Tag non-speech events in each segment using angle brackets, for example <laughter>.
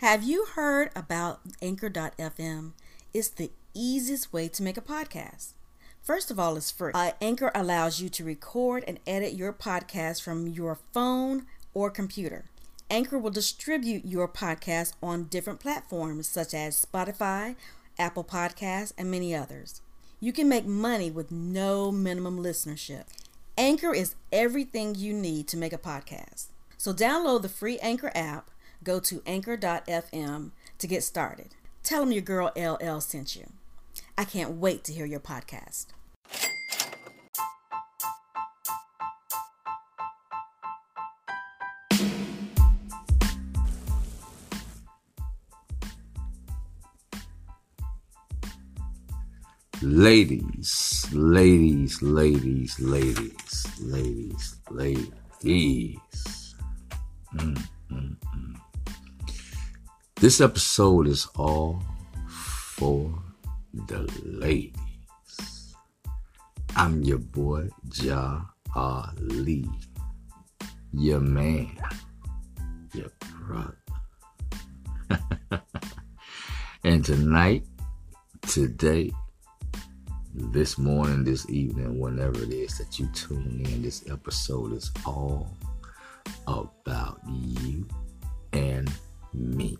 Have you heard about Anchor.fm? It's the easiest way to make a podcast. First of all, it's free. Uh, Anchor allows you to record and edit your podcast from your phone or computer. Anchor will distribute your podcast on different platforms such as Spotify, Apple Podcasts, and many others. You can make money with no minimum listenership. Anchor is everything you need to make a podcast. So download the free Anchor app, go to anchor.fm to get started. Tell them your girl LL sent you. I can't wait to hear your podcast. ladies, ladies, ladies, ladies, ladies, ladies. Mm, mm, mm. This episode is all for the ladies. I'm your boy Ja Ali, your man, your brother. <laughs> and tonight, today, this morning, this evening, whenever it is that you tune in, this episode is all about you and me.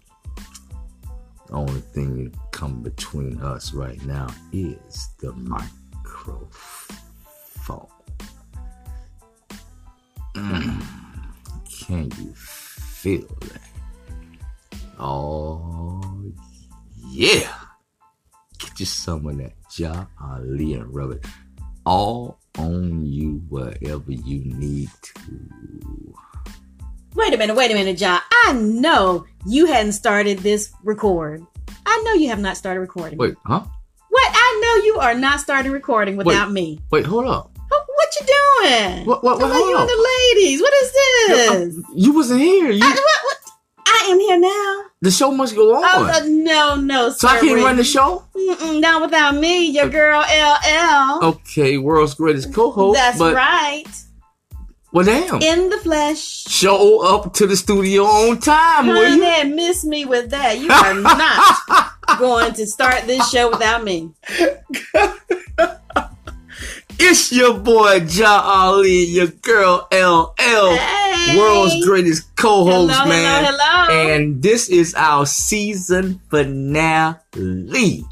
The only thing that come between us right now is the microphone. Mm, Can you feel that? Oh, yeah just some of that Ja Ali and rub it all on you wherever you need to. Wait a minute, wait a minute, Ja. I know you hadn't started this record. I know you have not started recording. Wait, huh? What? I know you are not starting recording without wait, me. Wait, hold up. What, what you doing? What? What? what How are hold you up. and the ladies? What is this? Uh, you wasn't here. You, I, what, what? I am here now. the show must go on. Oh uh, no, no, so I sir, can't run the Ricky. show. Mm-mm, not without me, your girl LL. Okay, world's greatest co-host. That's Oh, but, right. Well, damn. In the flesh. show up to the studio on time, will you? <laughs> Honey, miss me with that. You are not going to start this show without me. It's your boy Ja Ali, your girl LL. Hey. Oh, world's greatest co-host, hello, man. Hello, hello. And this is our season finale. Woo!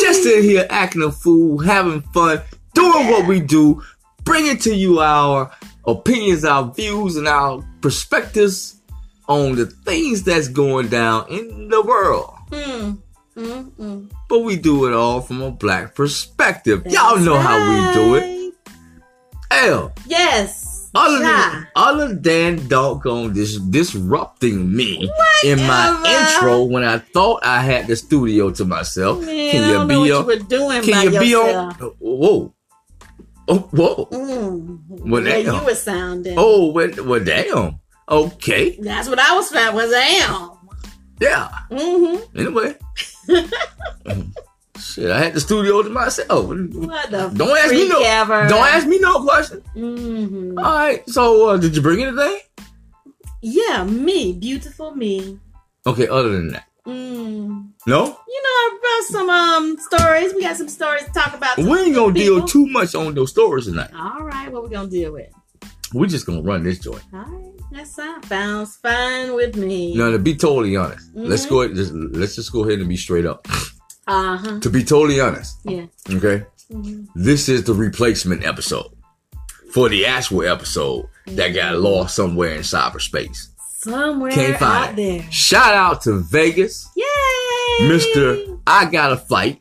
Just in here acting a fool, having fun, doing what we do, bringing to you our opinions, our views, and our perspectives on the things that's going down in the world. Mm, mm, mm. But we do it all from a black perspective. Y'all know how we do it. Hell, Yes. other Yeah. than, other than doggone dis- disrupting me in my Whatever. intro when I thought I had the studio to myself. Man, I don't know what you were doing by Can you be on? yourself. Whoa. Oh, whoa. Mm. Well, Where damn. you were sounding. Oh, well, well, damn. Okay. That's what I was found was am. Oh. Yeah. Mm-hmm. <laughs> Anyway. Mm. Shit, I had the studio to myself. Don't What the ask me freak no. ever. Don't ask me no question. hmm All right. So, uh, did you bring anything? Yeah, me, beautiful me. Okay. Other than that, Mm. no. You know, I brought some um stories. We got some stories to talk about. We ain't gonna deal People. too much on those stories tonight. All right, what we gonna deal with? We're just gonna run this joint. All right, that sound- sounds fine with me. No, to be totally honest, let's Mhm. go. ahead- Just, let's just go ahead and be straight up. Uh huh. To be totally honest, Yeah. okay, Mhm. this is the replacement episode for the actual episode that got lost somewhere in cyberspace. Somewhere Can't find out it. there. Shout out to Vegas, Yay, <laughs> Mister. I got a flight,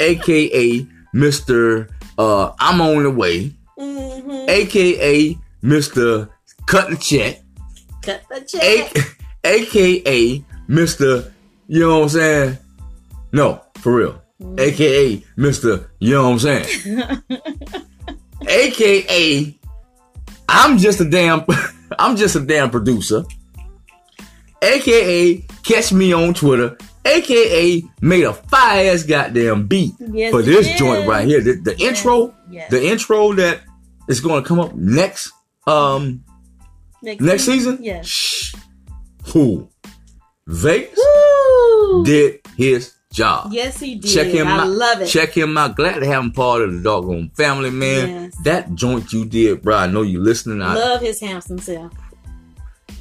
aka Mister. Uh, I'm on the way, hmm aka Mister. Cut the check. Cut the check. A- AKA Mr. You know what I'm saying? No, for real. Mm. AKA Mr. You know what I'm saying? <laughs> AKA I'm just a damn <laughs> I'm just a damn producer. AKA catch me on Twitter. AKA made a fire ass goddamn beat Yes, for it this is. joint right here. The, the Yes, intro, yes. the intro that is going to come up next um Next, next season. Mm-hmm. Yeah. Shh. Who? Vegas Woo! did his job. Yes, he did. Check him I out. love it. Check him out. Glad to have him part of the doggone family, man. Yes. That joint you did, bro. I know you listening. I, Love his handsome self.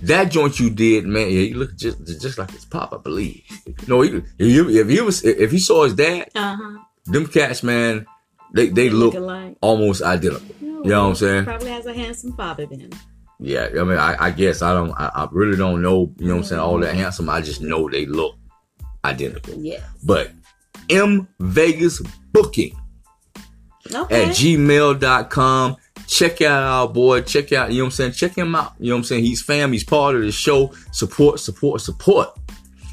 that joint you did, man. Yeah, you look just just like his pop, I believe. No, he, if you if he was if he saw his dad, Uh huh. them cats, man, they they look alike. almost identical. No, You know what I'm saying? Probably has a handsome father then. Yeah, I mean, I, I guess I don't, I, I really don't know. You know what I'm saying? All that handsome, I just know they look identical. Yes. But M Vegas Booking Okay. at gmail.com. Check out our boy. Check out, you know what I'm saying? Check him out. You know what I'm saying? He's fam. He's part of the show. Support, support, support.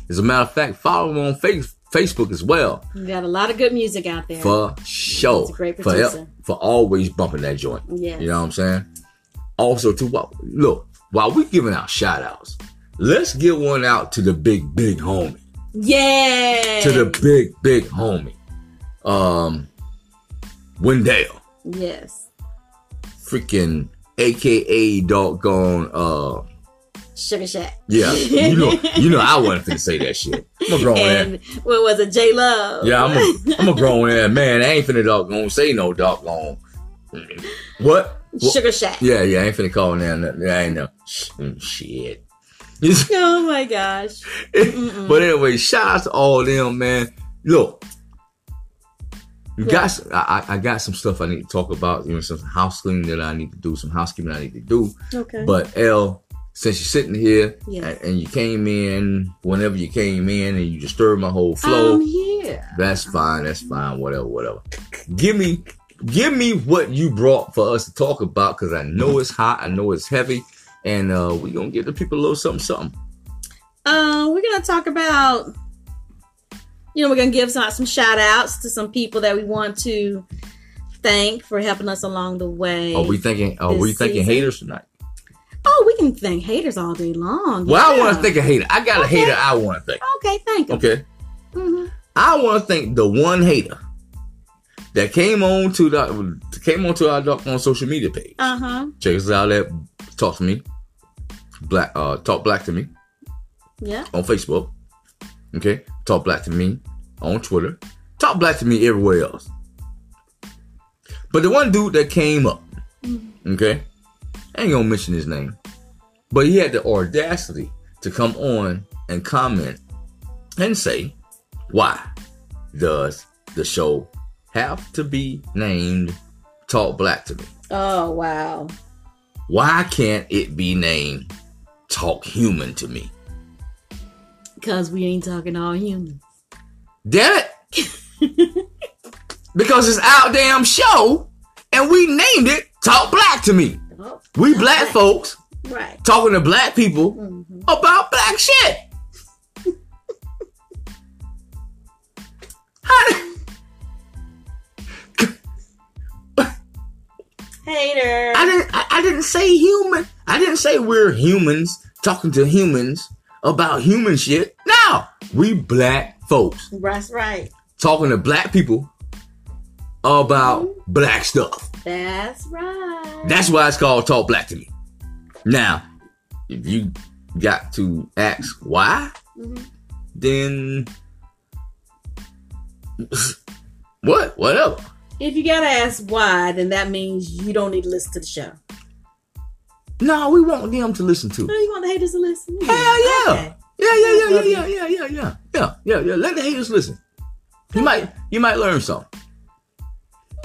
As a matter of fact, follow him on face, Facebook as well. you got a lot of good music out there. For sure. He's a great for, producer. for always bumping that joint. Yes. You know what I'm saying? Also, to what look, while we're giving out shout outs, let's get one out to the big, big homie. Yay! To the big, big homie. Um Wendell. yes. Freaking AKA doggone uh Sugar Shack. yeah, <laughs> you know, you know, I wasn't finna say that shit. I'm a grown man. And what was it? J Love. Yeah, I'm a, I'm a grown ass man. I ain't finna doggone say no doggone. What? what? Sugar Shack. Yeah, yeah, I ain't finna call now. nothing. I ain't know. Sh- mm, Shit. <laughs> Oh my gosh. but anyway, shout out to all them, man. Look, you Yeah. got s- I, I- I got some stuff I need to talk about. You know, some house cleaning that I need to do, some housekeeping I need to do. Okay. But L, since you're sitting here Yes. and, and you came in whenever you came in and you disturbed my whole flow, I'm here. that's fine. That's fine. Whatever. Whatever. Give me, give me what you brought for us to talk about because I know it's hot. I know it's heavy, and uh, we gonna give the people a little something, something. Uh, we're gonna talk about. You know, we're gonna give some some shout outs to some people that we want to thank for helping us along the way. Are Oh, we thinking? Are we This thinking season. haters tonight? Oh, we can thank haters all day long. Well, I Yeah. want to think a hater. I got a Okay. hater. I want to think. Okay, thank you. Okay. hmm I want to thank the one hater that came on to the came on to our doc on social media page. Uh huh. Check us out at talk to me, black uh talk black to me. Yeah. on Facebook. Okay, talk black to me on Twitter. Talk black to me everywhere else. But the one dude that came up, okay, I ain't gonna mention his name, but he had the audacity to come on and comment and say, "Why does the show have to be named Talk Black to Me? Oh wow. Why can't it be named Talk Human to Me?" Cause we ain't talking all humans. Damn it! because it's our damn show, and we named it Talk Black to Me. Oh, We black folks right. talking to black people Mhm. about black shit. <laughs> How the- Hater. I didn't. I, I didn't say human. I didn't say we're humans talking to humans about human shit. No, we black folks That's right. talking to black people about black stuff. That's right. That's why it's called Talk Black to Me. Now, if you got to ask why, Mhm. then <laughs> what? Whatever. If you gotta ask why, then that means you don't need to listen to the show. No, we want them to listen to. No, you want the haters to listen? Hell yeah. Okay. Yeah, yeah, yeah, yeah, yeah, yeah, yeah, yeah, yeah, yeah, yeah. Let the haters listen. You might, you might learn something.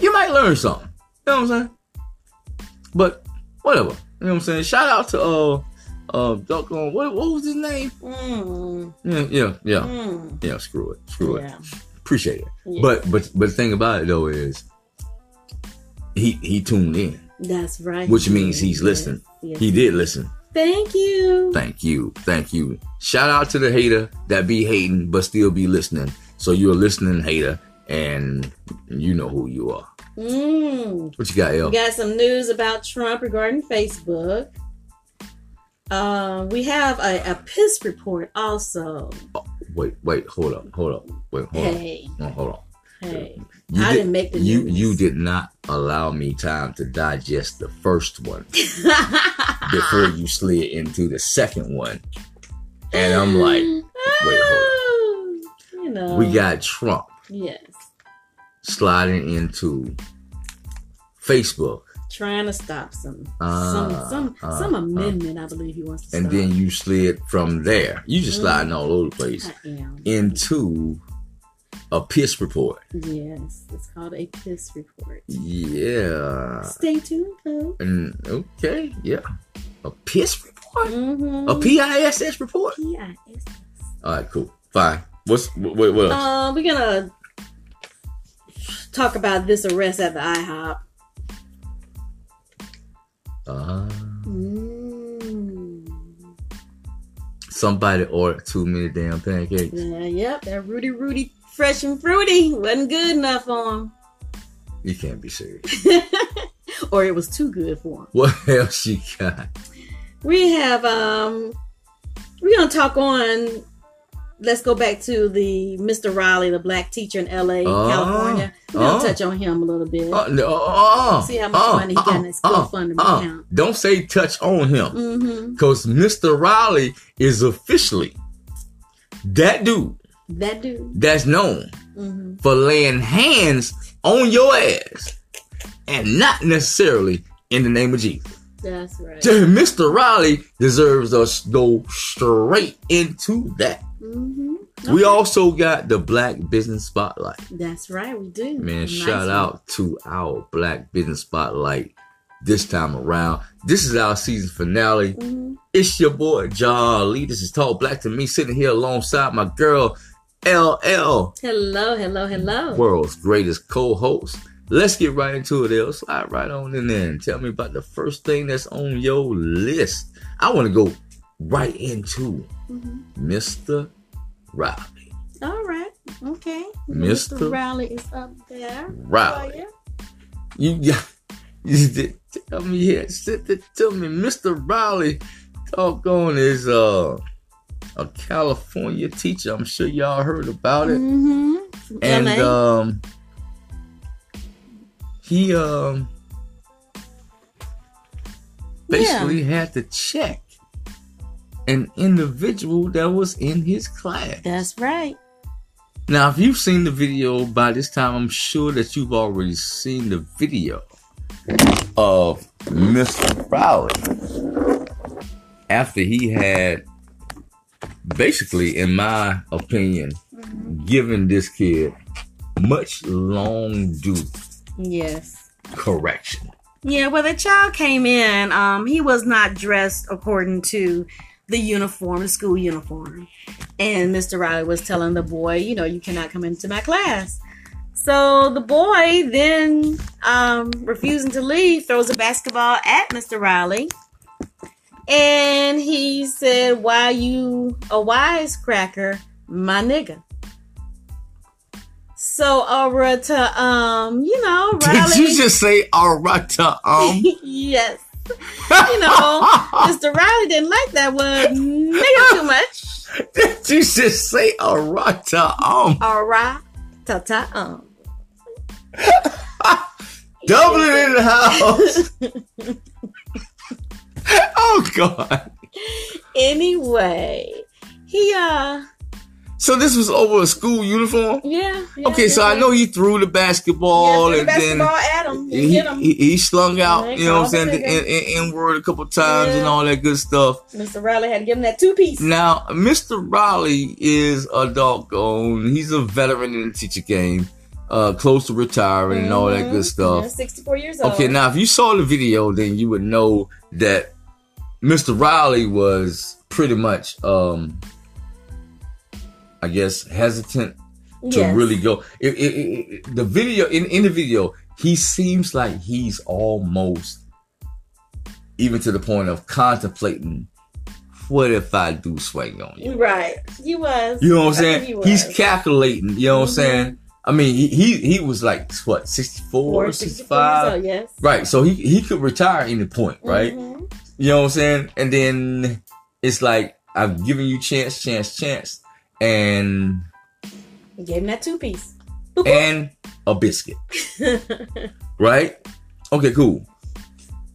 You might learn something. You know what I'm saying? But whatever. You know what I'm saying? Shout out to uh, uh, Duck on what, what was his name? Mm, Yeah, yeah, yeah. mm. Yeah, screw it. Screw it. Yeah. Appreciate it. Yeah. But but but the thing about it though is he he tuned in, That's right. which means he's Yes, listening. yes. He did listen. Thank you. Thank you. Thank you. Shout out to the hater that be hating but still be listening. So you're a listening hater and you know who you are. Mm. What you got, L? We got some news about Trump regarding Facebook. Uh, we have a, a piss report also. Wait, wait, hold up, hold up. Wait, hold on. Hey, No, hold on. hey. You I did, didn't make the you news. you did not allow me time to digest the Ah. first one. before you slid into the second one. And <laughs> I'm like, Oh, you know, we got Trump yes, sliding into Facebook. trying to stop some Ah, some some ah, some ah. amendment. I believe he wants to. And stop. then you slid from there. You just Mm. sliding all over the place I am. into a piss report. Yes, it's called a piss report. Yeah. Stay tuned, folks. And okay, yeah. A piss report? Mm-hmm. A PISS report? P-I-S. All right, cool. Fine. What's what, what else? Uh, we're gonna talk about this arrest at the IHOP. Uh, Mm. somebody ordered too many damn pancakes. Yeah, Uh, yep, that Rudy Rudy fresh and fruity wasn't good enough on You can't be serious. <laughs> him. <laughs> or it was too good for him. What else you got? We have um we're gonna talk on let's go back to the Mr. Riley, the black teacher in LA, Oh, California. We're gonna oh. touch on him a little bit. Uh, no, uh, uh, See how much uh, money he got in his school uh, fund uh, account. Don't say touch on him. Mm-hmm. Because Mr. Riley is officially that dude That dude. that's known Mm-hmm. for laying hands on your ass and not necessarily in the name of Jesus. <laughs> That's right. Mr. Riley deserves us to go straight into that. Mm-hmm. We also got the Black Business Spotlight. That's right, we do. Man, Nice shout one. out to our Black Business Spotlight this time around. This is our season finale. Mhm. It's your boy John Lee. This is Tall Black to me, sitting here alongside my girl LL, Hello, hello, hello. world's greatest co-host. Let's get right into it, L. Slide right on in there and tell me about the first thing that's on your list. I want to go right into Mhm. Mr. Riley. All right, okay. Mr. Riley is up there. Riley. Oh, yeah. You <laughs> got you did tell me yeah, sit there, tell me Mr. Riley doggone is uh a California teacher. I'm sure y'all heard about it. Mhm. From And LA. um he um basically had to check an individual that was in his class. That's right. Now, if you've seen the video by this time, I'm sure that you've already seen the video of Mr. Crowley after he had basically, in my opinion, Mm-hmm. given this kid much long due Yes. correction. Yeah, well, the child came in. Um, he was not dressed according to the uniform, the school uniform. And Mr. Riley was telling the boy, you know, you cannot come into my class. So the boy then, um, refusing to leave, throws a basketball at Mr. Riley. And he said, Why you a wisecracker, my nigga? So over to um, you know, Riley <laughs> Did you just say all right to um? <laughs> yes. You know, Mr. Riley didn't like that word nigga too much. <laughs> Did you just say all right to um? All right. Ta ta um. Dublin in the house. <laughs> oh God! Anyway, he, uh, So this was over a school uniform. yeah. yeah, Okay, so yeah. I know he threw the basketball Yeah, threw the and basketball at him. then He, he, hit him. he, he slung out, Yeah, he you know what I'm called saying, the the N, N, N word a couple times and Yeah. all that good stuff. Mr. Riley had to give him that two piece. Now, Mr. Riley is a doggone. He's a veteran in the teacher game, uh, close to retiring and all that good Mhm. stuff. Yeah, 64 years old. Okay, now if you saw the video, then you would know that Mr. Riley was pretty much, um, I guess, hesitant to Yes. really go. It, it, it- it- the video in, in the video, he seems like he's almost even to the point of contemplating, what if I do swing on you? Right. He was. You know what I'm I saying? think he was. He's calculating. You know Mhm. what I'm saying? I mean, he he, he was like what 64, Four, 64 65. years old, yes. Right. So he he could retire any point, right? Mhm. You know what I'm saying? And then it's like I've given you chance, chance, chance, and Gave him that two piece. <laughs> and a biscuit, right? Okay, Mm-hmm. cool.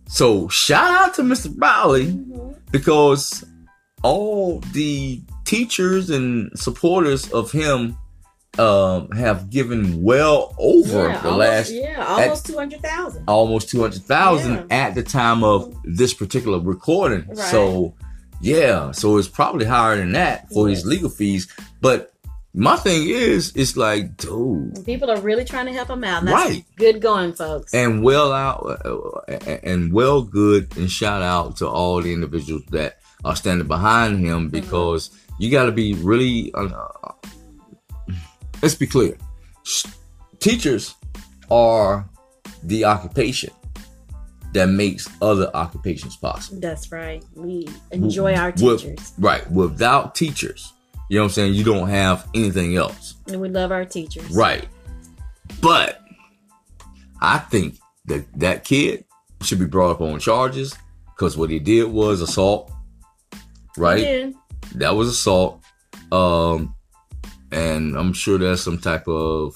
So shout out to Mr. Riley because all the teachers and supporters of him um, have given well over yeah, the almost, last yeah, almost two hundred thousand. almost 200,000 Yeah. at the time of this particular recording. Right. So, yeah, so it's probably higher than that for his Yes. legal fees. But my thing is, it's like, dude, People are really trying to help him out. and That's Right. Good going, folks. and well out, uh, and well good, and shout out to all the individuals that are standing behind him because you got to be really, uh, let's be clear. S- Teachers are the occupation that makes other occupations possible. That's right. We enjoy our With- teachers. right. Without teachers, you know what I'm saying? You don't have anything else. And we love our teachers. Right. But I think that that kid should be brought up on charges because what he did was assault. Right? Yeah. That was assault. Um, and I'm sure there's some type of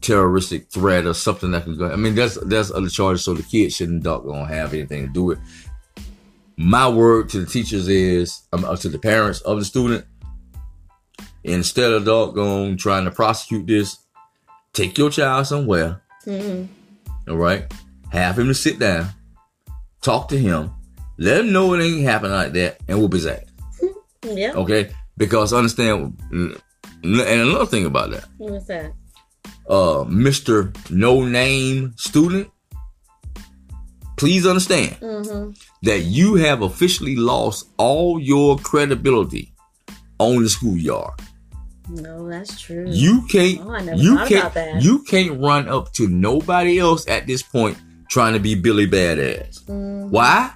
terroristic threat or something that can go. I mean, that's that's other charges, so the kid shouldn't doggone have anything to do with. it. My word to the teachers is, um, uh, to the parents of the student, instead of doggone trying to prosecute this, take your child somewhere, Mhm. all right? Have him to sit down, talk to him, let him know it ain't happened like that, and whoop his ass. Yeah. Okay, because understand, and another thing about that, What's that? uh, Mister No Name Student, please understand Mm-hmm. that you have officially lost all your credibility on the schoolyard. No, that's true. You can't, Oh, I never you thought about can't, that. you can't run up to nobody else at this point trying to be Billy Badass. Mhm. Why?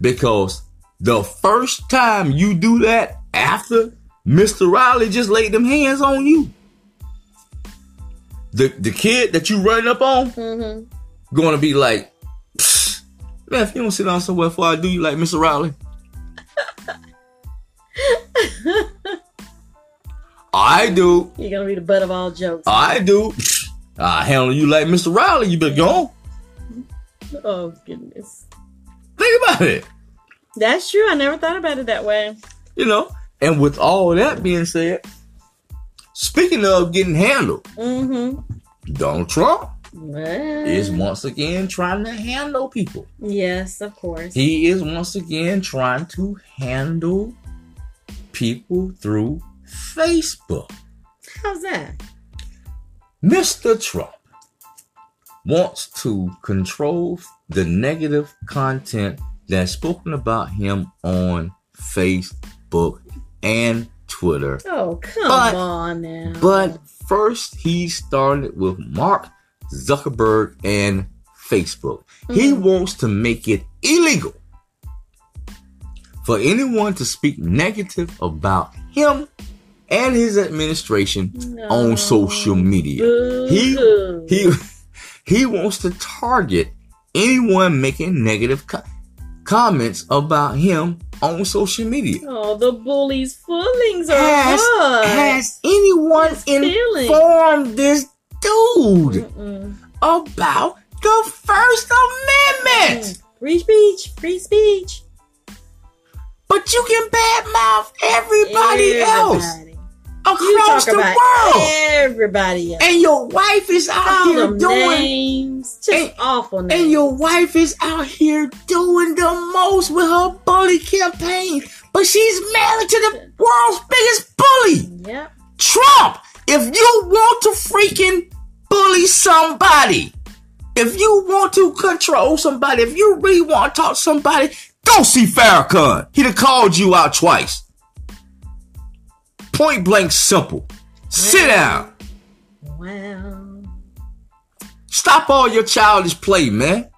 Because the first time you do that after Mr. Riley just laid them hands on you. The the kid that you run up on Mhm. gonna be like, "Psst, man, if you don't sit down somewhere before I do you like Mr. Riley. I do. You're gonna be the butt of all jokes. I do. I handle you like Mr. Riley. You been gone. oh goodness. Think about it. That's true. I never thought about it that way. you know. And with all that being said, speaking of getting handled, Mm-hmm. Donald Trump Well, is once again trying to handle people. yes, of course. He is once again trying to handle people through Facebook. How's that? Mr. Trump wants to control the negative content that's spoken about him on Facebook and Twitter Oh, come But- on now. But first, he started with Mark Zuckerberg and Facebook. He Mhm. wants to make it illegal for anyone to speak negative about him and his administration No. on social media. He- Boo-hoo. He <laughs> he wants to target anyone making negative co- comments about him on social media. Oh, the bullies' foolings are Has, good. has anyone His feelings. informed this dude Mm-mm. about the First Amendment? Free speech, free speech. But you can badmouth everybody else Everybody. You across talk the about world, everybody else. and your wife is out Call here them doing. names, just and- awful names. And your wife is out here doing the most with her bully campaign, but she's married to the world's biggest bully. yep. Trump, if you want to freaking bully somebody, if you want to control somebody, if you really want to talk to somebody, go see Farrakhan. He'd have called you out twice. Point blank simple. Sit down. Wow. Stop all your childish play, man.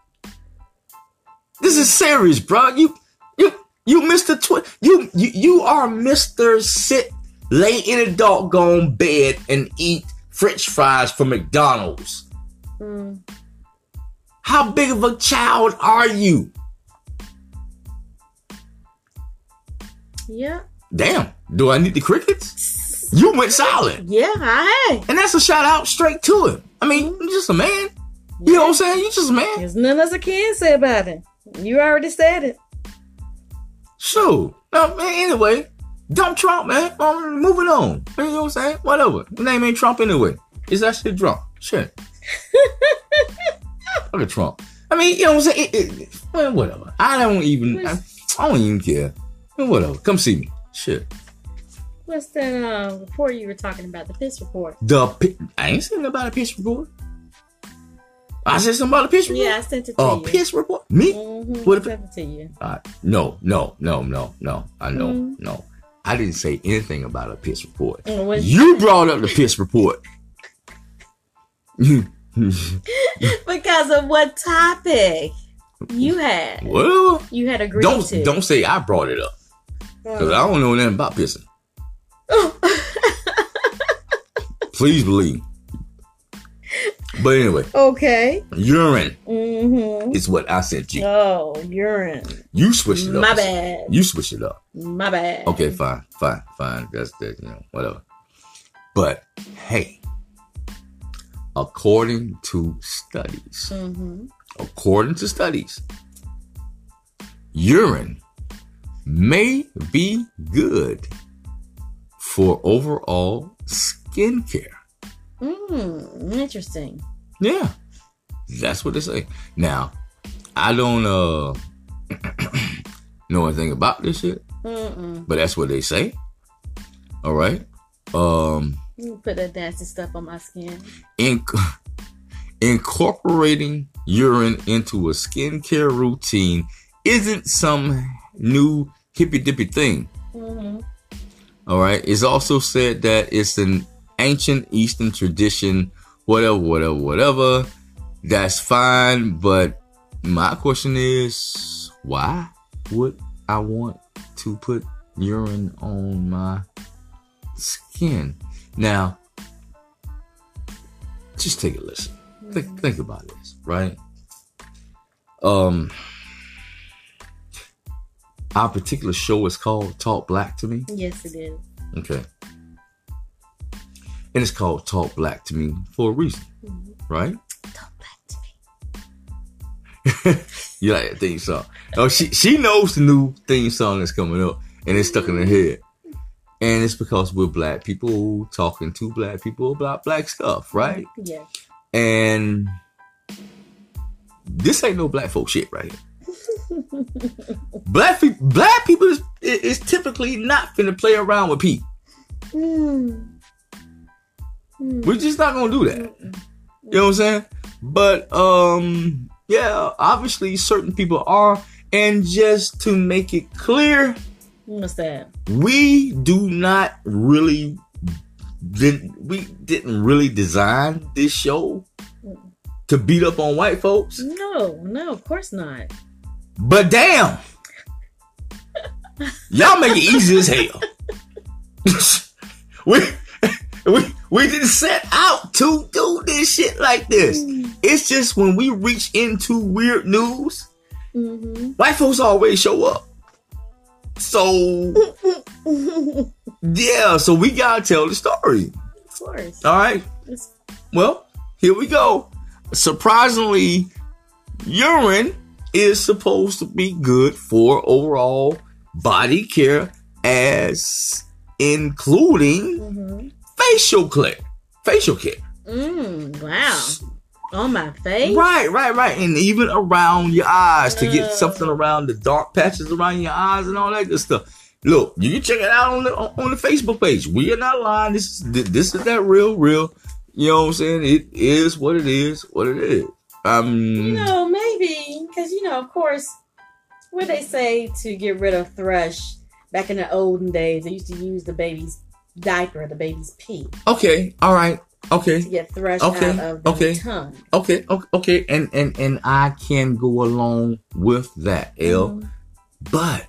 This is serious, bro. You you you Mr. Twi- you, you you are Mr. Sit lay in a doggone bed and eat french fries from McDonald's. Mm. How big of a child are you? Yep. Damn, do I need the crickets? You went silent. Yeah, I And that's a shout out straight to him. I mean, you're just a man. You know what I'm saying? You're just a man. There's nothing else I can say about it. You already said it. So, No, Uh, man, anyway, dump Trump, man. Um, moving on. You know what I'm saying? Whatever. The name ain't Trump anyway. It's that shit Trump. Shit. <laughs> Look at Trump. I mean, you know what I'm saying? It, it, well, whatever. I don't even. I, I don't even care. Well, Whatever. Come see me. Shit. What's that uh, report you were talking about? The piss report. The pi- I ain't seen about a pitch report. I said something about a pitch report. Yeah, I sent it to A you. pitch report? Me? Mhm, Oh, What I if- sent it to you. Uh, no, no, no, no, no. I know, Mhm. no. I didn't say anything about a pitch report. And Mm, what- You brought up the pitch report. because of what topic you had. <laughs> well, You had agreed don't to. Oh. don't say I brought it up because I don't know nothing <laughs> about pissing. Please believe. But anyway, okay. urine Mm-hmm. is what I sent you. Oh, urine. You switched it up. My bad. You switched it up. My bad. Okay, fine, fine, fine. That's the you know whatever. But hey, according to studies, Mm-hmm. according to studies, urine may be good for overall skincare. Mm, interesting. Yeah, that's what they say. Now, I don't uh <clears throat> know anything about this shit, Mm-mm. but that's what they say. All right. Um. You put that nasty stuff on my skin. Inc- incorporating urine into a skincare routine isn't some new hippy dippy thing. Mm-hmm. All right. It's also said that it's an ancient Eastern tradition, whatever, whatever, whatever. That's fine. But my question is why would I want to put urine on my skin? Now, just take a listen. Think, think about this, right? Um, our particular show is called Talk Black to Me. Yes, it is. Okay. And it's called Talk Black to Me for a reason, Mhm. right? Talk black to me. You like that theme song. Oh, she she knows the new theme song that's coming up and it's stuck in her head. And it's because we're black people talking to black people about black stuff, right? Yeah. And this ain't no black folk shit right here. black, pe- black people is, is typically not finna play around with people. Mm. Mm. We're just not gonna do that. You know what I'm saying? But um yeah, obviously certain people are. And just to make it clear, What's that? we do not really did we didn't really design this show to beat up on white folks. No, no, of course not. But damn. Y'all make it easy as hell. <laughs> we, we we didn't set out to do this shit like this. It's just when we reach into weird news, <laughs> Mm-hmm. white folks always show up. So of yeah, so we gotta tell the story. course. All right. It's- Well, here we go. Surprisingly, urine is supposed to be good for overall body care as including mhm. facial care. Facial care. Mm, wow. On my face? Right, right, right. And even around your eyes to get Uh. something around the dark patches around your eyes and all that good stuff. Look, you can check it out on the on the Facebook page. We are not lying. This is this is that real, real. You know what I'm saying? It is what it is, what it is. Um, No, maybe because you know, of course, what they say to get rid of thrush back in the olden days, they used to use the baby's diaper, the baby's pee, okay, all right, to okay, get thrush Okay, out of the okay. tongue. okay, okay, okay. And and and I can go along with that, L. Mhm. But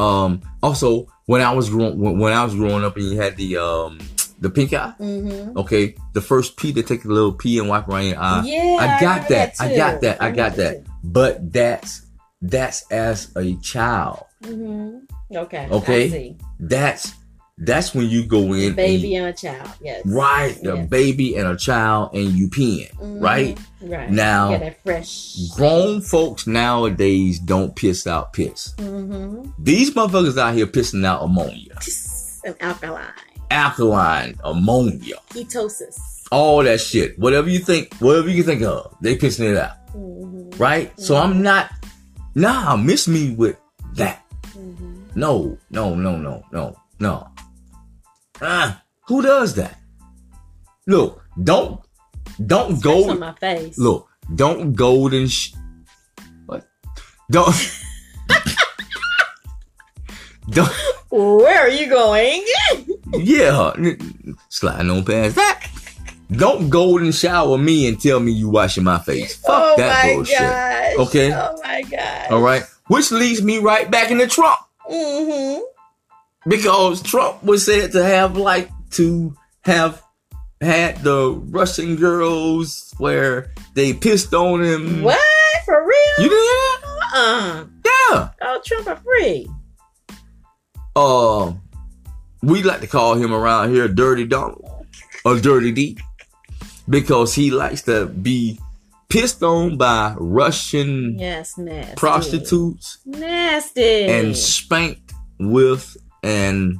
um, also when I was growing when, when I was growing up, and you had the um the pink eye. Mhm. Okay, the first pee to take a little pee and wipe around your eye. yeah, Uh, I got remember that. I too. got that. I got remember that. But that's that's as a child. too. Mhm. Okay. I Okay. see. That's That's when you go in, baby and, and a child. Yes. Mm-hmm. right? The Yes. baby and a child, and you peeing, right? Mhm. Right. Now- yeah, that fresh. Grown folks nowadays don't piss out piss. Mm-hmm. These motherfuckers out here pissing out ammonia, And alkaline alkaline ammonia, ketosis. all that shit. Whatever you think, whatever you think of, they pissing it out, Mm-hmm. right? So I'm not. Nah, miss me with that. Mm-hmm. No, no, no, no, no, no. Ah, who does that? Look, don't, don't on go. my face. Look, don't golden. Sh- what? Don't. <laughs> don't. Where are you going? <laughs> Yeah, n- sliding on past that. Don't golden shower me and tell me you washing my face. Fuck oh that my bullshit. gosh. Okay. Oh my gosh. All right, which leads me right back into Trump. Mm-hmm. because Trump was said to have like to have had the Russian girls where they pissed on him. What? For real? Mm. You did that? Uh-uh. Yeah. Oh, Trump are free. Uh, we like to call him around here Dirty Donald or Dirty D because he likes to be pissed on by Russian Yes, nasty. prostitutes Nasty. and spanked with and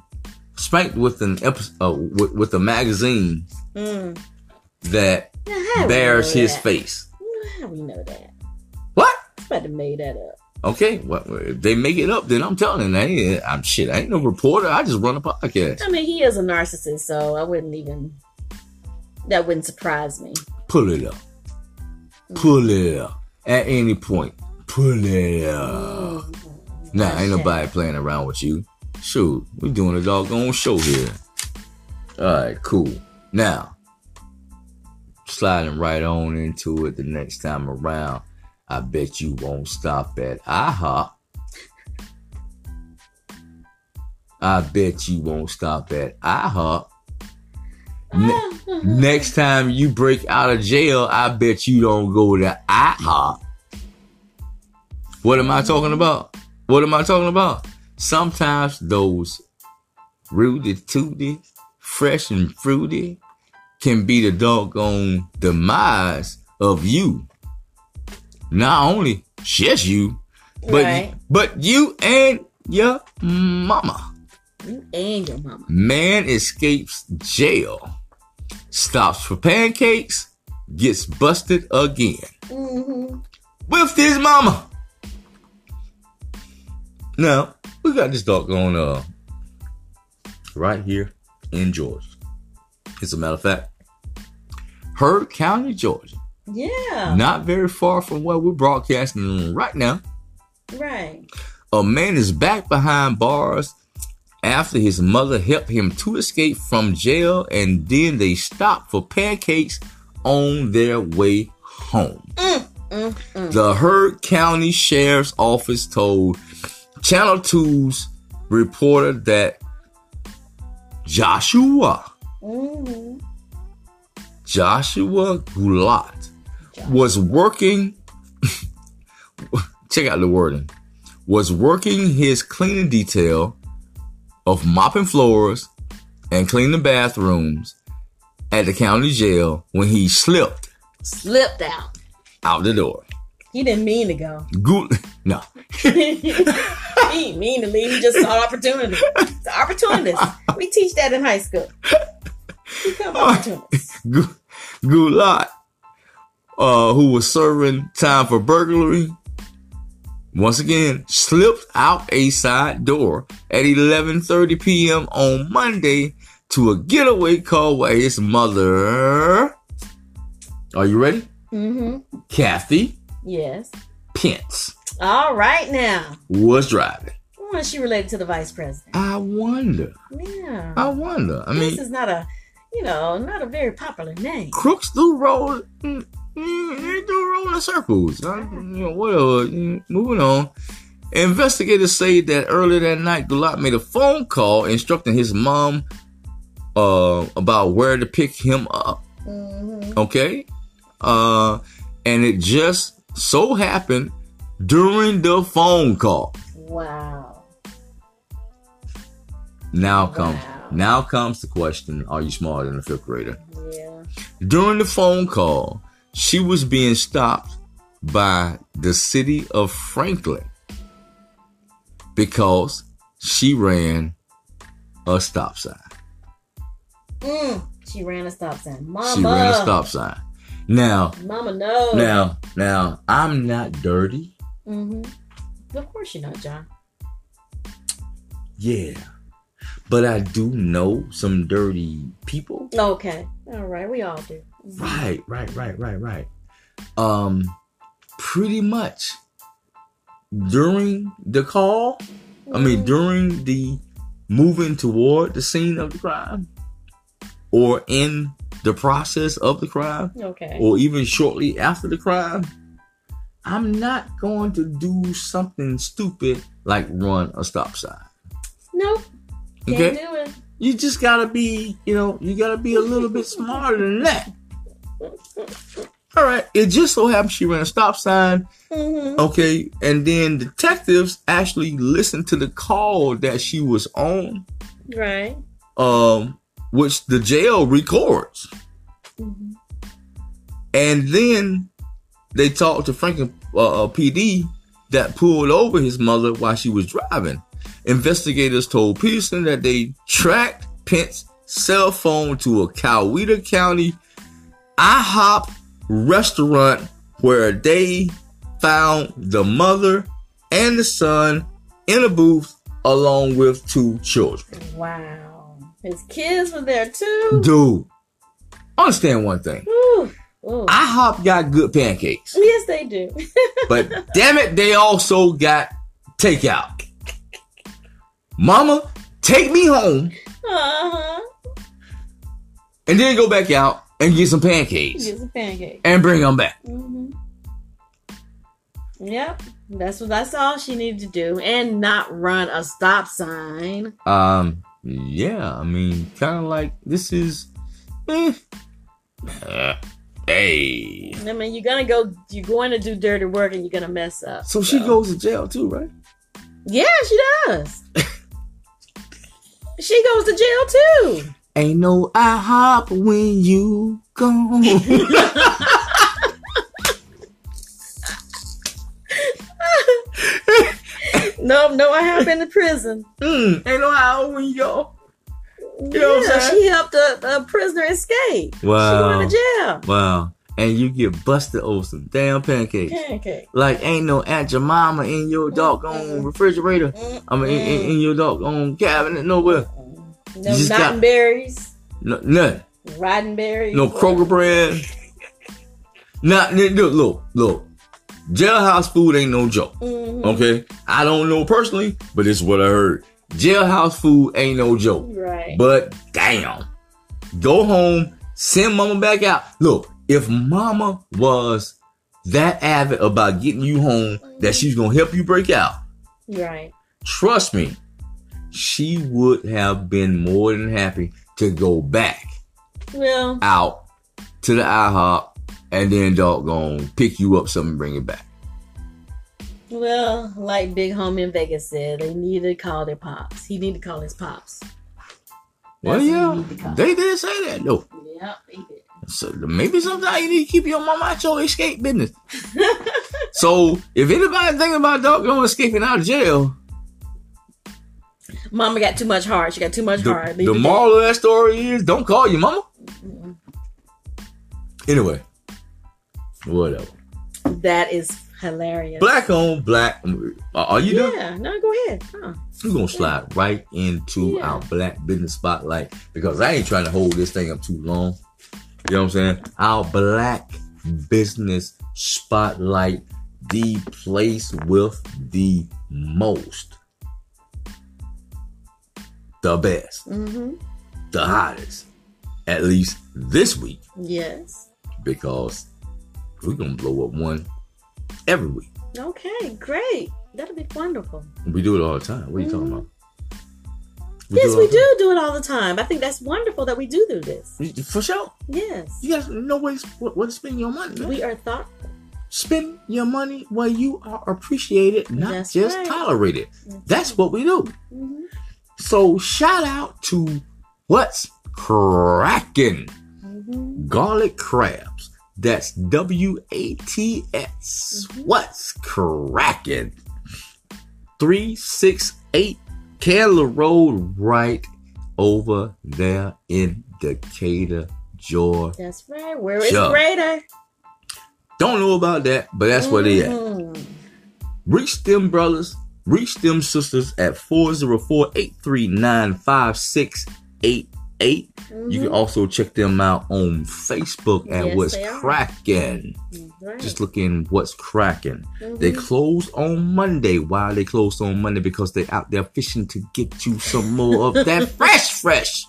spanked with an episode uh, with, with a magazine mm. that Now, how we bears know his that? face. How we know that? What? Somebody made that up. Okay, well, if they make it up, then I'm telling you, I ain't, I'm shit. I ain't no reporter. I just run a podcast. I mean, he is a narcissist, so I wouldn't even. That wouldn't surprise me. Pull it up. Pull it up. At any point, pull it up. Nah, ain't nobody playing around with you. Shoot, we doing a doggone show here. All right, cool. Now, sliding right on into it the next time around. I bet you won't stop at IHOP. I bet you won't stop at IHOP. Ah, Ne- next time you break out of jail, I bet you don't go to IHOP. What am I talking about? What am I talking about? Sometimes those rooty tooty, fresh and fruity, can be the doggone demise of you. Not only just you, but Right. but you and your mama. You and your mama. Man escapes jail, stops for pancakes, gets busted again Mm-hmm. with his mama. Now, we got this dog going uh right here in Georgia. As a matter of fact, Heard County, Georgia. Yeah. Not very far from where we're broadcasting right now. Right. A man is back behind bars after his mother helped him to escape from jail and then they stopped for pancakes on their way home. Mm, mm. The Heard County Sheriff's Office told Channel 2's reporter that Joshua, Mm-hmm. Joshua Gulat, was working, <laughs> check out the wording, was working his cleaning detail of mopping floors and cleaning bathrooms at the county jail when he slipped Slipped out. out the door. He didn't mean to go. <laughs> Gul- <laughs> no. he didn't mean to leave. He just saw opportunity. It's an opportunist. We teach that in high school. Become opportunists. Gu- Gulat, uh, who was serving time for burglary, once again slipped out a side door at 11:30 p.m. on Monday to a getaway car where his mother. Are you ready? Mm-hmm. Kathy Yes. Pence All right now. was driving. I wonder if she related to the vice president. I wonder. Yeah. I wonder. I this mean, is not a, you know, not a very popular name. crooks do roll. mm, mm, They do roll in circles. I- you know, whatever. Mm, Moving on. Investigators say that earlier that night, Gulat made a phone call instructing his mom uh, about where to pick him up. Mm-hmm. Okay, uh, and it just so happened during the phone call. Wow. Now comes Wow. Now comes the question Are you smarter than a fifth grader? Yeah. During the phone call, she was being stopped by the city of Franklin because she ran a stop sign. Mm. She ran a stop sign. Mama. She ran a stop sign. Now, Mama, no. now, now, I'm not dirty. Mm-hmm. Of course you're not, John. Yeah. But I do know some dirty people. Okay. All right. We all do. Right, right, right, right, right. Um, pretty much during the call, I mean, Mm-hmm. during the moving toward the scene of the crime, or in the process of the crime, Okay. or even shortly after the crime, I'm not going to do something stupid like run a stop sign. Nope. Can't Okay? do it. You just gotta be, you know, you gotta be a little bit smarter than that. All right. It just so happened she ran a stop sign. Mm-hmm. Okay. And then detectives actually listened to the call that she was on, Right. um, which the jail records. Mhm. And then they talked to Franklin uh, uh, PD that pulled over his mother while she was driving. Investigators told Peterson that they tracked Pence's cell phone to a Coweta County IHOP restaurant where they found the mother and the son in a booth along with two children. Wow. His kids were there too. Dude, understand one thing. Ooh. Ooh. IHOP got good pancakes. yes, they do. <laughs> But damn it, they also got takeout. Mama, take me home uh-huh. and then go back out and get some pancakes Get some pancakes. and bring them back. Mm-hmm. Yep. That's what. That's all she needed to do, and not run a stop sign. Um, yeah, I mean, kind of like this is, eh, uh, hey. I mean, you're gonna go. You're going to do dirty work, and you're gonna mess up. So she goes to jail too, right? Yeah, she does. she goes to jail too. Ain't no IHOP when you gone. Hmm, No, no, I have been to <laughs> prison. Mm, ain't no IHOP when you gone. yeah, know what I'm saying? she helped a, a prisoner escape. She Wow. went to jail. Wow. And you get busted over some damn pancakes. Pancake. Like ain't no Aunt Jemima in your doggone refrigerator. I mean, in, in, in your doggone cabinet nowhere. No You just got- Nottenberries, No, none. Roddenberries. No Kroger bread. Not look, look, look. Jailhouse food ain't no joke. Mhm. Okay, I don't know personally, but it's what I heard. Jailhouse food ain't no joke. Right. But damn, go home, send mama back out. Look, if mama was that avid about getting you home that she's gonna help you break out, right. trust me, she would have been more than happy to go back Well, out to the IHOP and then doggone pick you up something and bring it back. well, like Big Homie in Vegas said, they need to call their pops. He need to call his pops. That's Well, what Oh, yeah, you need to call. they did say that though. Yep, he did. So maybe sometimes you need to keep your mama out your escape business. <laughs> so if anybody thinking about doggone escaping out of jail, Mama got too much heart. She got too much the, heart. Leave the it moral of that story is don't call your mama. Anyway, whatever. there. That is hilarious. Black on black. Are are you done? yeah. No, go ahead. Huh. We're gonna slide right into Yeah. our black business spotlight because I ain't trying to hold this thing up too long. You know what I'm saying? Our black business spotlight, the place with the most, the best, Mm-hmm. the hottest. At least this week, Yes. because we're gonna blow up one every week. Okay. Great. That'll be wonderful. We do it all the time. What are you talking about? Mm-hmm. yes, it we all the do do it all the time. I think that's wonderful that we do do this. time. For sure. Yes. You guys know where to, where where to spend your money. man. We are thoughtful. spend your money where you are appreciated, not That's just right. Mm-hmm. tolerated. That's what we do. Mhm. So shout out to What's cracking? Mm-hmm. Garlic crabs. That's W A T S. Mm-hmm. What's cracking? 368 Keller Road, right over there in Decatur, Georgia. That's right. Where is Sure. greater? Don't know about that, but that's where they at. Mhm. Reach them brothers, reach them sisters at 404-839-5688. You can also check them out on Facebook at Mm-hmm. Yes, What's they are. Cracking. Mhm. Right. Just look in What's Cracking. Mhm. They closed on Monday. Why they closed on Monday? Because they out there fishing to get you some more of <laughs> that fresh, fresh.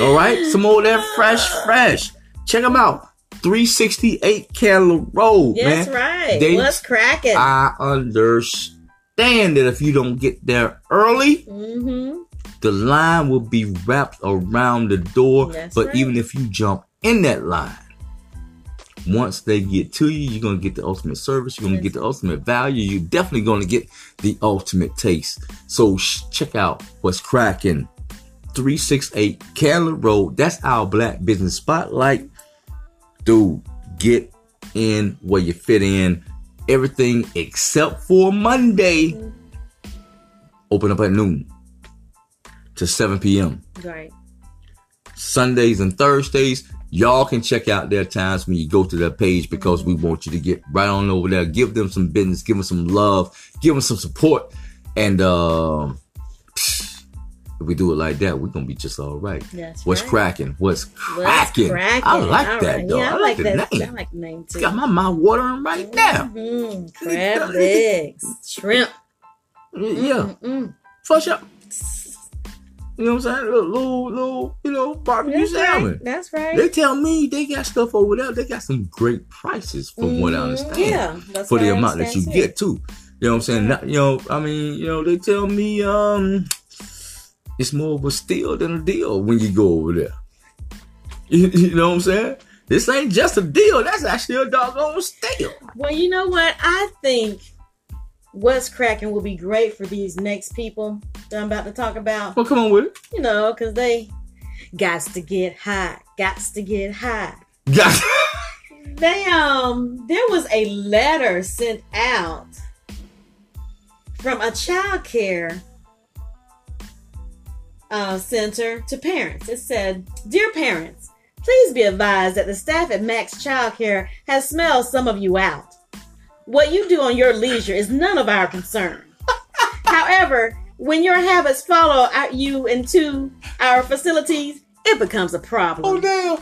All right, some more of that fresh, fresh. Check them out. 368 Keller Road, Yes, man. right. They- What's cracking? I understand that if you don't get there early, mm-hmm. the line will be wrapped around the door. That's but right. even if you jump in that line, once they get to you, you're gonna get the ultimate service. You're gonna Yes. get the ultimate value. You're definitely gonna get the ultimate taste. So sh- check out what's cracking. 368 Candler Road. That's our Black Business Spotlight. Dude, get in where you fit in. Everything except for Monday. Open up at noon to 7 p.m. Right. Sundays and Thursdays. Y'all can check out their times when you go to their page because we want you to get right on over there. Give them some business, give them some love, give them some support. And um, if we do it like that, we're going to be just all right. That's What's right. cracking? What's What's cracking? I cracking? like All that, right. though. Yeah, I, like the that. I name. like the name too. Got my mouth watering right now. Mhm. Crab legs, shrimp. Yeah, Mm-mm. for sure. You know what I'm saying? Little, little, little you know, barbecue That's salmon. right. That's right. They tell me they got stuff over there. They got some great prices, from what I Mhm. understand, Yeah, that's for the what I amount that you understand, too. get too. You know what I'm saying? Not- you know, I mean, you know, they tell me um, it's more of a steal than a deal when you go over there. <laughs> You, you know what I'm saying? This ain't just a deal. That's actually a doggone steal. Well, you know what? I think what's cracking will be great for these next people that I'm about to talk about. Well, come on with it. You know, because they gots to get high, gots to get high. Got They um, there was a letter sent out from a child care uh, center to parents. It said, "Dear parents, please be advised that the staff at Max Child Care has smelled some of you out. What you do on your leisure is none of our concern. <laughs> However, when your habits follow out you into our facilities, it becomes a problem." <laughs> oh damn.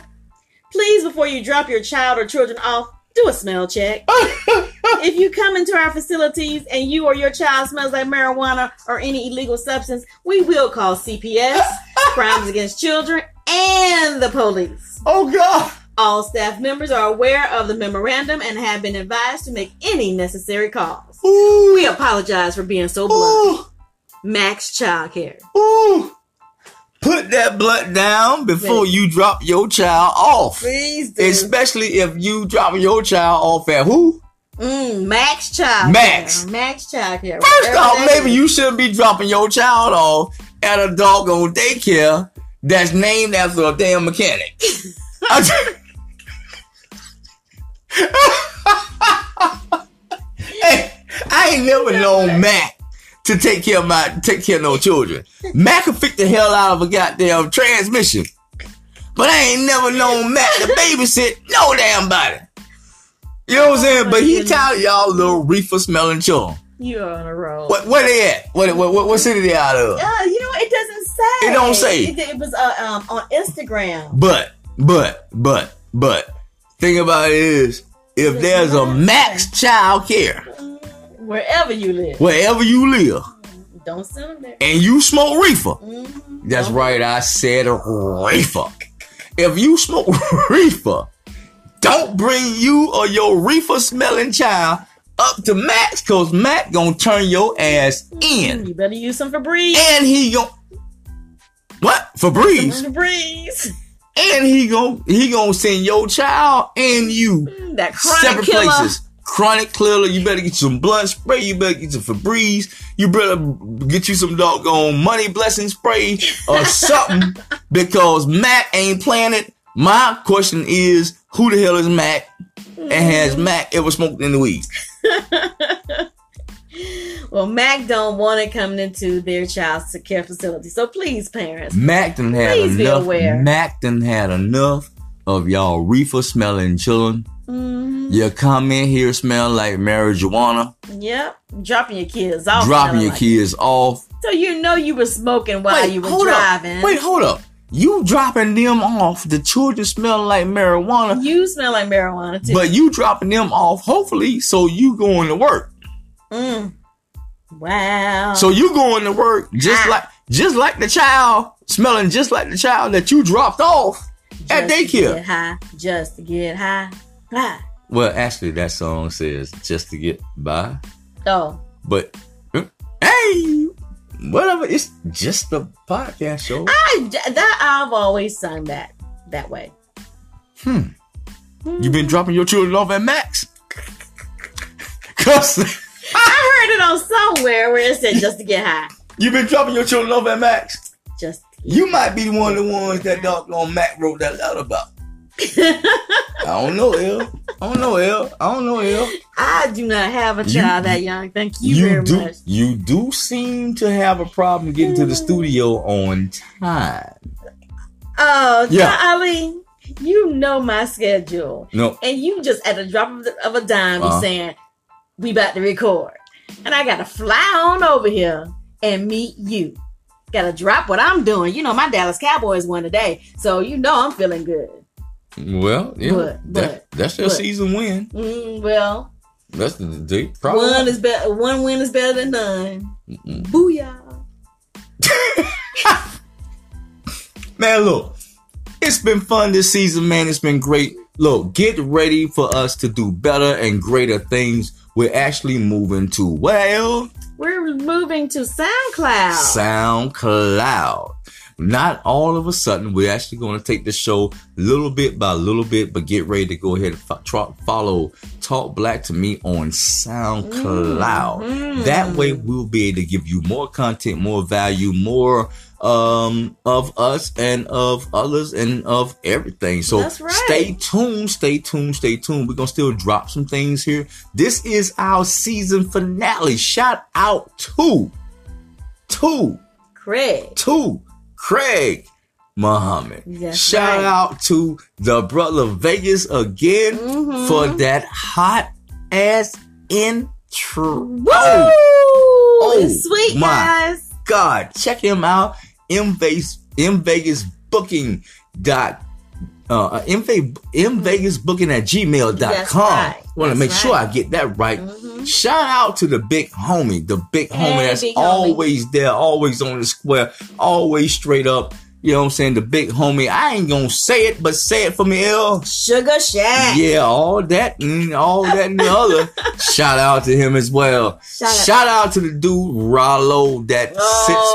Please, before you drop your child or children off, do a smell <laughs> check. if you come into our facilities and you or your child smells like marijuana or any illegal substance, we will call CPS, <laughs> Crimes Against Children, and the police. Oh god. All staff members are aware of the memorandum and have been advised to make any necessary calls. Ooh. We apologize for being so blunt. Ooh. Max Childcare. Ooh. Put that blunt down before Baby. you drop your child off. Please Especially if you drop your child off at who? Mm, Max Childcare. Max. Max Childcare. First Whatever off, that maybe is. you shouldn't be dropping your child off at a doggone daycare that's named after a damn mechanic. <laughs> I ju- hey, I ain't never known Mac to take care of my take care of no children. Mac can fix the hell out of a goddamn transmission. But I ain't never known Matt to babysit no damn body. You know what I'm saying? But he tell y'all little reefer smelling children. You are on a roll. What where they at? What what what, what city they out of? Uh, you know, what? it doesn't say. It don't say. It, it was uh, um, on Instagram. But but but but thing about it is if there's a max child care Wherever you live. wherever you live Don't send them there. and you smoke reefer, Mhm. that's Don't- right, I said reefer. If you smoke <laughs> reefer, don't bring you or your reefer smelling child up to Max, cause Max gonna turn your ass in. You better use some Febreze. And he gon' What? Some Febreze. Febreze. And he gon' he gonna send your child and you Mm, That chronic separate killer. places. chronic clearer. You better get some blunt spray. You better get some Febreze. You better get you some doggone money blessing spray <laughs> or something because Mac ain't playing it. My question is, who the hell is Mac? And has Mac ever smoked any weed? Well, Mac don't want it coming into their child's care facility. So please, parents. Mac done had Please be enough. aware. Mac done had enough of y'all reefer smelling children. Mhm. You come in here smell like marijuana, Yep. Dropping your kids off. dropping your Like- kids off. So you know you were smoking while you were hold driving. Up. Wait, hold up. You dropping them off. The children smell like marijuana, You smell like marijuana too. but you dropping them off, hopefully, so you going to work. Mm. Wow. So you going to work just Uh-huh. Ah. like just like the child, smelling just like the child that you dropped off at Just to daycare. Get high. Just to get high. High. Well, actually that song says just to get by. Oh. But uh, hey, whatever. It's just a podcast show. I, that I've always sung that that way. Hmm. You been dropping your children off at Max? Cause I heard it on somewhere where it said just to get high. you been dropping your children off at Max. Just <laughs> You might be one of the ones that doggone Mac wrote that letter about. I don't know, L. I don't know, L. I don't know, L. I do not have a You- child that young. Thank you, You very do. much. You do seem to have a problem getting to the studio on time. Oh, Yeah. yeah. Ali, you know my schedule. No, and you just at the drop of, the, of a dime Uh-huh. be saying we about to record and i gotta fly on over here and meet you gotta drop what i'm doing you know my dallas cowboys won today so you know i'm feeling good well, yeah, But- that, that's your but- season win. mm, well That's the, the problem. one is better one win is better than none Mm-mm. booyah <laughs> Man, look, it's been fun this season, man. It's been great. Look, get ready for us to do better and greater things. We're actually moving to well, we're moving to soundcloud SoundCloud. Not all of a sudden. We're actually going to take the show little bit by little bit, but get ready to go ahead and fo- tro- follow Talk Black to Me on SoundCloud. Mhm. That way, we'll be able to give you more content, more value, more um of us and of others and of everything. So That's right. stay tuned, stay tuned, stay tuned. We're gonna still drop some things here. This is our season finale. Shout out to to craig to Craig Muhammad. That's Shout right. out to the brother Vegas again Mhm. for that hot ass intro. Woo! it's sweet Oh. my guys God, check him out. Mvegas, mvegasbooking.com. Uh, uh, mve- mvegasbooking at That's gmail.com. right. Want to That's make sure I right. get that right. Mhm. Shout out to the big homie, the big homie Hey, that's big homie. always there, always on the square, always straight up. You know what I'm saying? The big homie. I ain't gonna say it, but say it for me, L. sugar shack Yeah, all that and all that and the <laughs> other. Shout out to him as well. Shout Shout out, out. to the dude Rollo that sits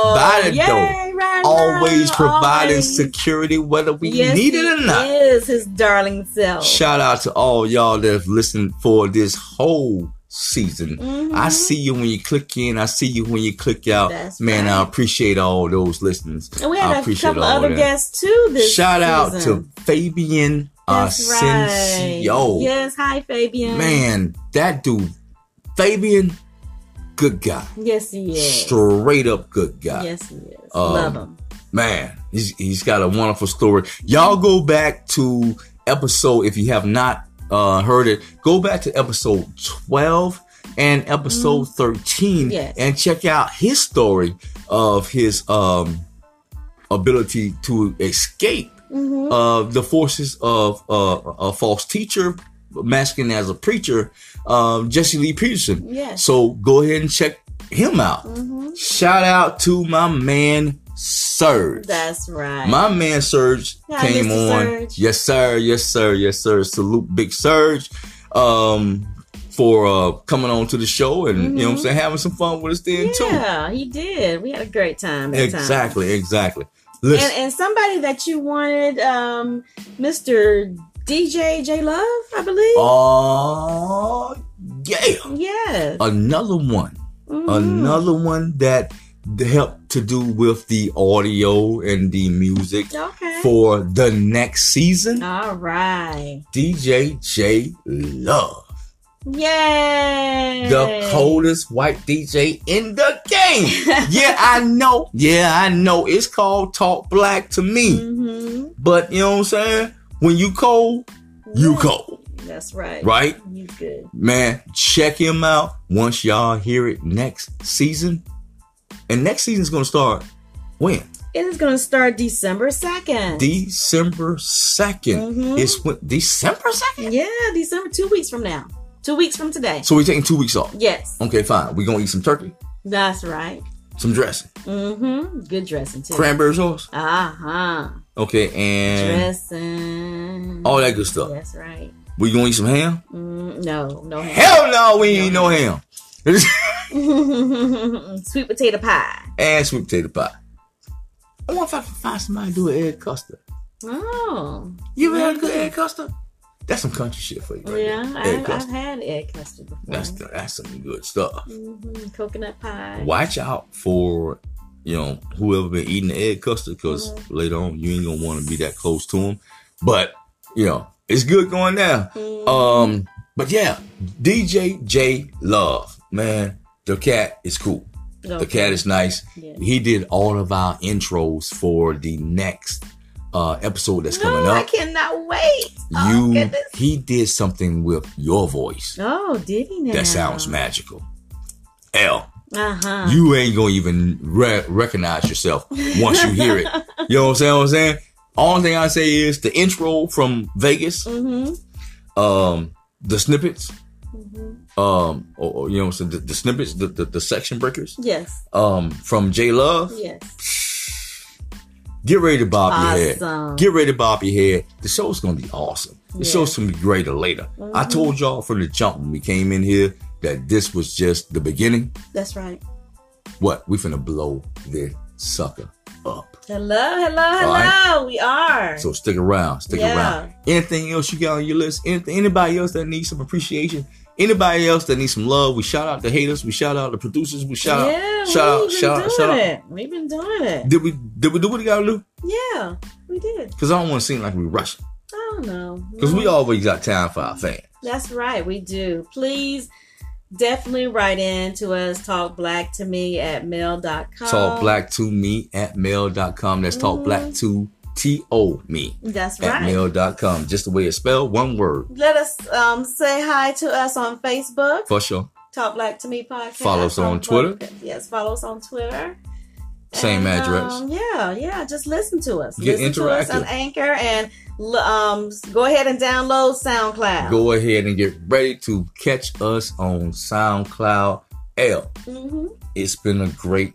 by the yay, door. Rhino, Always providing Oh, always. security whether we Yes, need it he or not. Is his darling self. Shout out to all y'all that have listened for this whole season. Mm-hmm. I see you when you click in. I see you when you click out. That's Man, I right. appreciate all those listeners. and we I had a appreciate couple all other that. guests too. This Shout out season. to Fabian That's right. Asensio. Yes, hi Fabian. Man, that dude, Fabian, good guy. Yes, he is. Straight up good guy. Yes, he is. Um, Love him. Man, he's, he's got a wonderful story. Y'all go back to episode, if you have not uh, heard it, go back to episode 12 and episode 13 Mm-hmm. Yes. and check out his story of his um, ability to escape Mhm. uh, the forces of uh, a false teacher masking as a preacher, um, Jesse Lee Peterson. Yes. So go ahead and check him out. Mhm. Shout out to my man Surge. That's right. My man Surge Yeah, came Mr. on. Surge. Yes, sir. Yes, sir. Yes, sir. Salute Big Surge um, for uh, coming on to the show and you know what I'm saying, having some fun with us then too. Mm-hmm. yeah, he did. We had a great time. That time. Exactly, exactly. And, Listen, and somebody that you wanted, um, Mr. DJ J Love, I believe. oh Yeah. Yes. Another one. Mm-hmm. Another one that helped to do with the audio and the music Okay. for the next season. All right. DJ J Love. Yay. The <laughs> coldest white DJ in the game. yeah, I know. Yeah, I know. It's called Talk Black to me. hmm But you know what I'm saying? When you cold, you cold. That's right. Right? You good. Man, check him out once y'all hear it next season. And next season's gonna start when? It is going to start December 2nd. December 2nd. Mhm. It's when December 2nd? yeah, December, two weeks from now. Two weeks from today. So we're taking two weeks off. Yes. Okay, fine. We're gonna eat some turkey, That's right. some dressing, Mm-hmm. Good dressing, too. cranberry sauce. uh-huh. Okay, and Dressing. all that good stuff. That's right. We gonna eat some ham? Mm, no, no ham. Hell no, we ain't eat no ham. <laughs> <laughs> Sweet potato pie. and sweet potato pie. I wonder if I can find somebody to do an egg custard. Oh. You ever had a good egg custard? That's some country shit for you, right? Yeah, there. Egg I, I've custard. had egg custard before. That's the, that's some good stuff. hmm Coconut pie. Watch out for you know whoever been eating the egg custard because later on you ain't gonna want to be that close to them. But you know it's good going down. Mm. Um, but yeah, DJ J Love, man, the cat is cool. The cat is nice. Yeah. He did all of our intros for the next uh episode that's no, coming I up. cannot wait. oh, you goodness. he did something with your voice Oh, did he now? that sounds magical. L, Uh huh. you ain't gonna even re- recognize yourself once you <laughs> hear it. You know what I'm saying? What I'm saying. Only thing I say is the intro from Vegas, Mm um, the snippets, hmm. Mm-hmm. um, or, or, you know, what I'm saying, the, the snippets, the, the the section breakers, Yes. um, from J Love. Yes. Get ready to bob your head. Awesome. Get ready to bob your head. The show's gonna be awesome. The Yeah. Mm-hmm. show's gonna be greater later. I told y'all from the jump when we came in here that this was just the beginning. That's right. What? We finna blow this sucker up. Hello, hello, hello. All right. We are. So stick around, stick Yeah. around. Anything else you got on your list? Anything, anybody else that needs some appreciation? Anybody else that needs some love? We shout out the haters. We shout out the producers. We shout yeah, out, shout out, we've been shout doing out, shout out. it. We've been doing it. Did we did we do what we gotta do? Yeah, we did. Cause I don't want to seem like we rushing. I don't know. Cause No. we always got time for our fans. That's right, we do. Please definitely write in to us, talk black to me at mail.com. Talk black to me at mail.com. That's talk black to T O me That's at right. mail.com. Just the way it's spelled, one word. Let us um, say hi to us on Facebook, For sure. Talk Black to Me Podcast. Follow us on Twitter. Yes, follow us on Twitter. Same And, address. um, yeah, yeah. Just listen to us. Get listen to us on interactive. Anchor and l- um, go ahead and download SoundCloud. Go ahead and get ready to catch us on SoundCloud. L. hmm It's been a great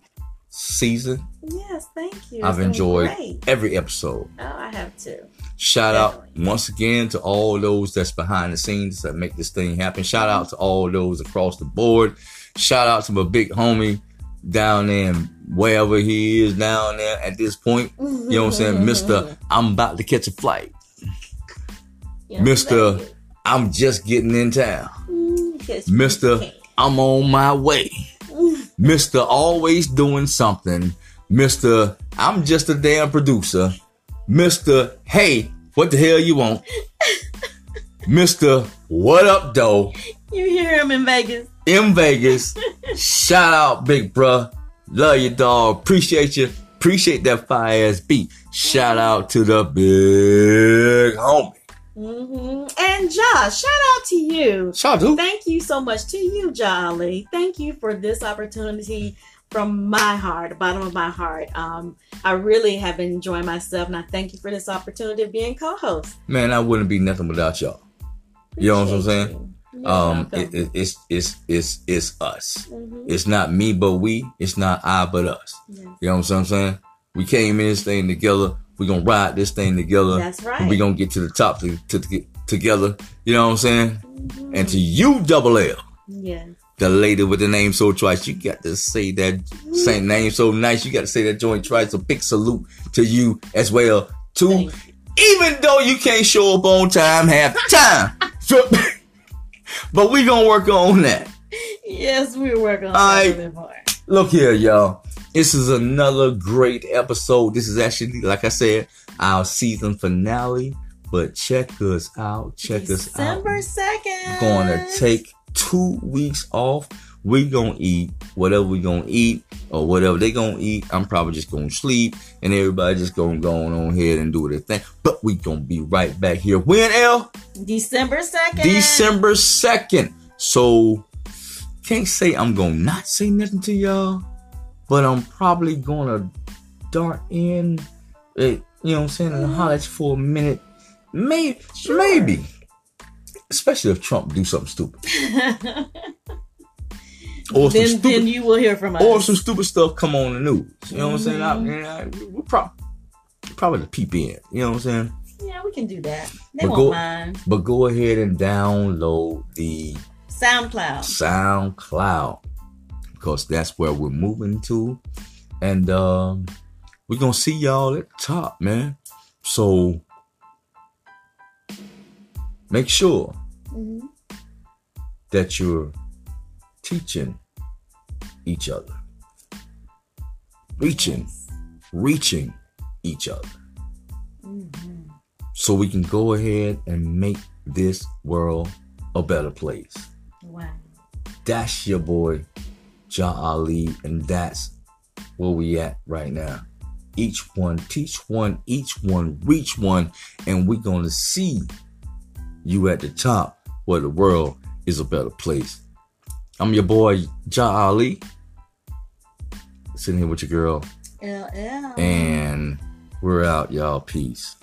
season. Yes, thank you. It's I've been enjoyed Great. every episode. Oh, I have too. Shout out Definitely. once again to all those that's behind the scenes that make this thing happen. Shout out to all those across the board. Shout out to my big homie down there, in wherever he is down there at this point. You know what I'm saying? <laughs> Mr. I'm about to catch a flight. Yeah, Mr. thank I'm just getting in town. you. Mm, yes, you Mr. can. I'm on my way. Mm, Mr. Always doing something. Mr. I'm just a damn producer. Mr. Hey, what the hell you want? Mr. What up, though? You hear him in Vegas. In Vegas. Shout out, big bruh. Love you, dog. Appreciate you. Appreciate that fire ass beat. Shout out to the big homie. hmm And Josh, shout out to you. Shout out to Thank you so much to you, Jolly. Thank you for this opportunity from my heart, the bottom of my heart. Um, I really have been enjoying myself, and I thank you for this opportunity of being co-host. man, I wouldn't be nothing without y'all. You know what I'm Appreciate saying? you. You're Um, welcome. it, it, it's it's it's it's us. Mhm. It's not me but we. It's not I but us. Yeah. You know what I'm saying? We came in this thing together. We're gonna ride this thing together. That's right. We're gonna get to the top to, to, to- together. You know what I'm saying? Mm-hmm. And to you, double L, Yeah. the lady with the name so twice, you got to say that same name so nice. You got to say that joint twice. A big salute to you as well. too. Thank even though you can't show up on time, half the time. So- <laughs> But we gonna work on that. Yes, we were working on I- that part. Look here, y'all. This is another great episode. This is actually, like I said, our season finale. But check us out. Check December us out. 2nd. Gonna take two weeks off. We gonna eat whatever we gonna eat or whatever they gonna eat. I'm probably just gonna sleep and everybody just gonna go on ahead and do their thing. But we gonna be right back here. When L? December 2nd. <laughs> December 2nd. So can't say I'm gonna not say nothing to y'all, but I'm probably gonna dart in eh, you know what I'm saying and holler at you for a minute. Maybe maybe. Especially if Trump do something stupid. then, Or some then stupid you Mm-hmm. will hear from us. or some stupid stuff come on the news. You know what I'm saying? I, and I, we'll prob- probably peep in. You know what I'm saying? yeah, we can do that. They But won't go- mind. But go ahead and download the SoundCloud. SoundCloud because that's where we're moving to. And um, we're going to see y'all at the top, man. So make sure that you're teaching each other, reaching, reaching each other. Mm-hmm. So we can go ahead and make this world a better place. Wow. That's your boy, Ja Ali, and that's where we at right now. Each one, teach one, each one, reach one, and we're gonna see you at the top where the world is a better place. I'm your boy, Ja Ali, sitting here with your girl, LL. and we're out, y'all. Peace.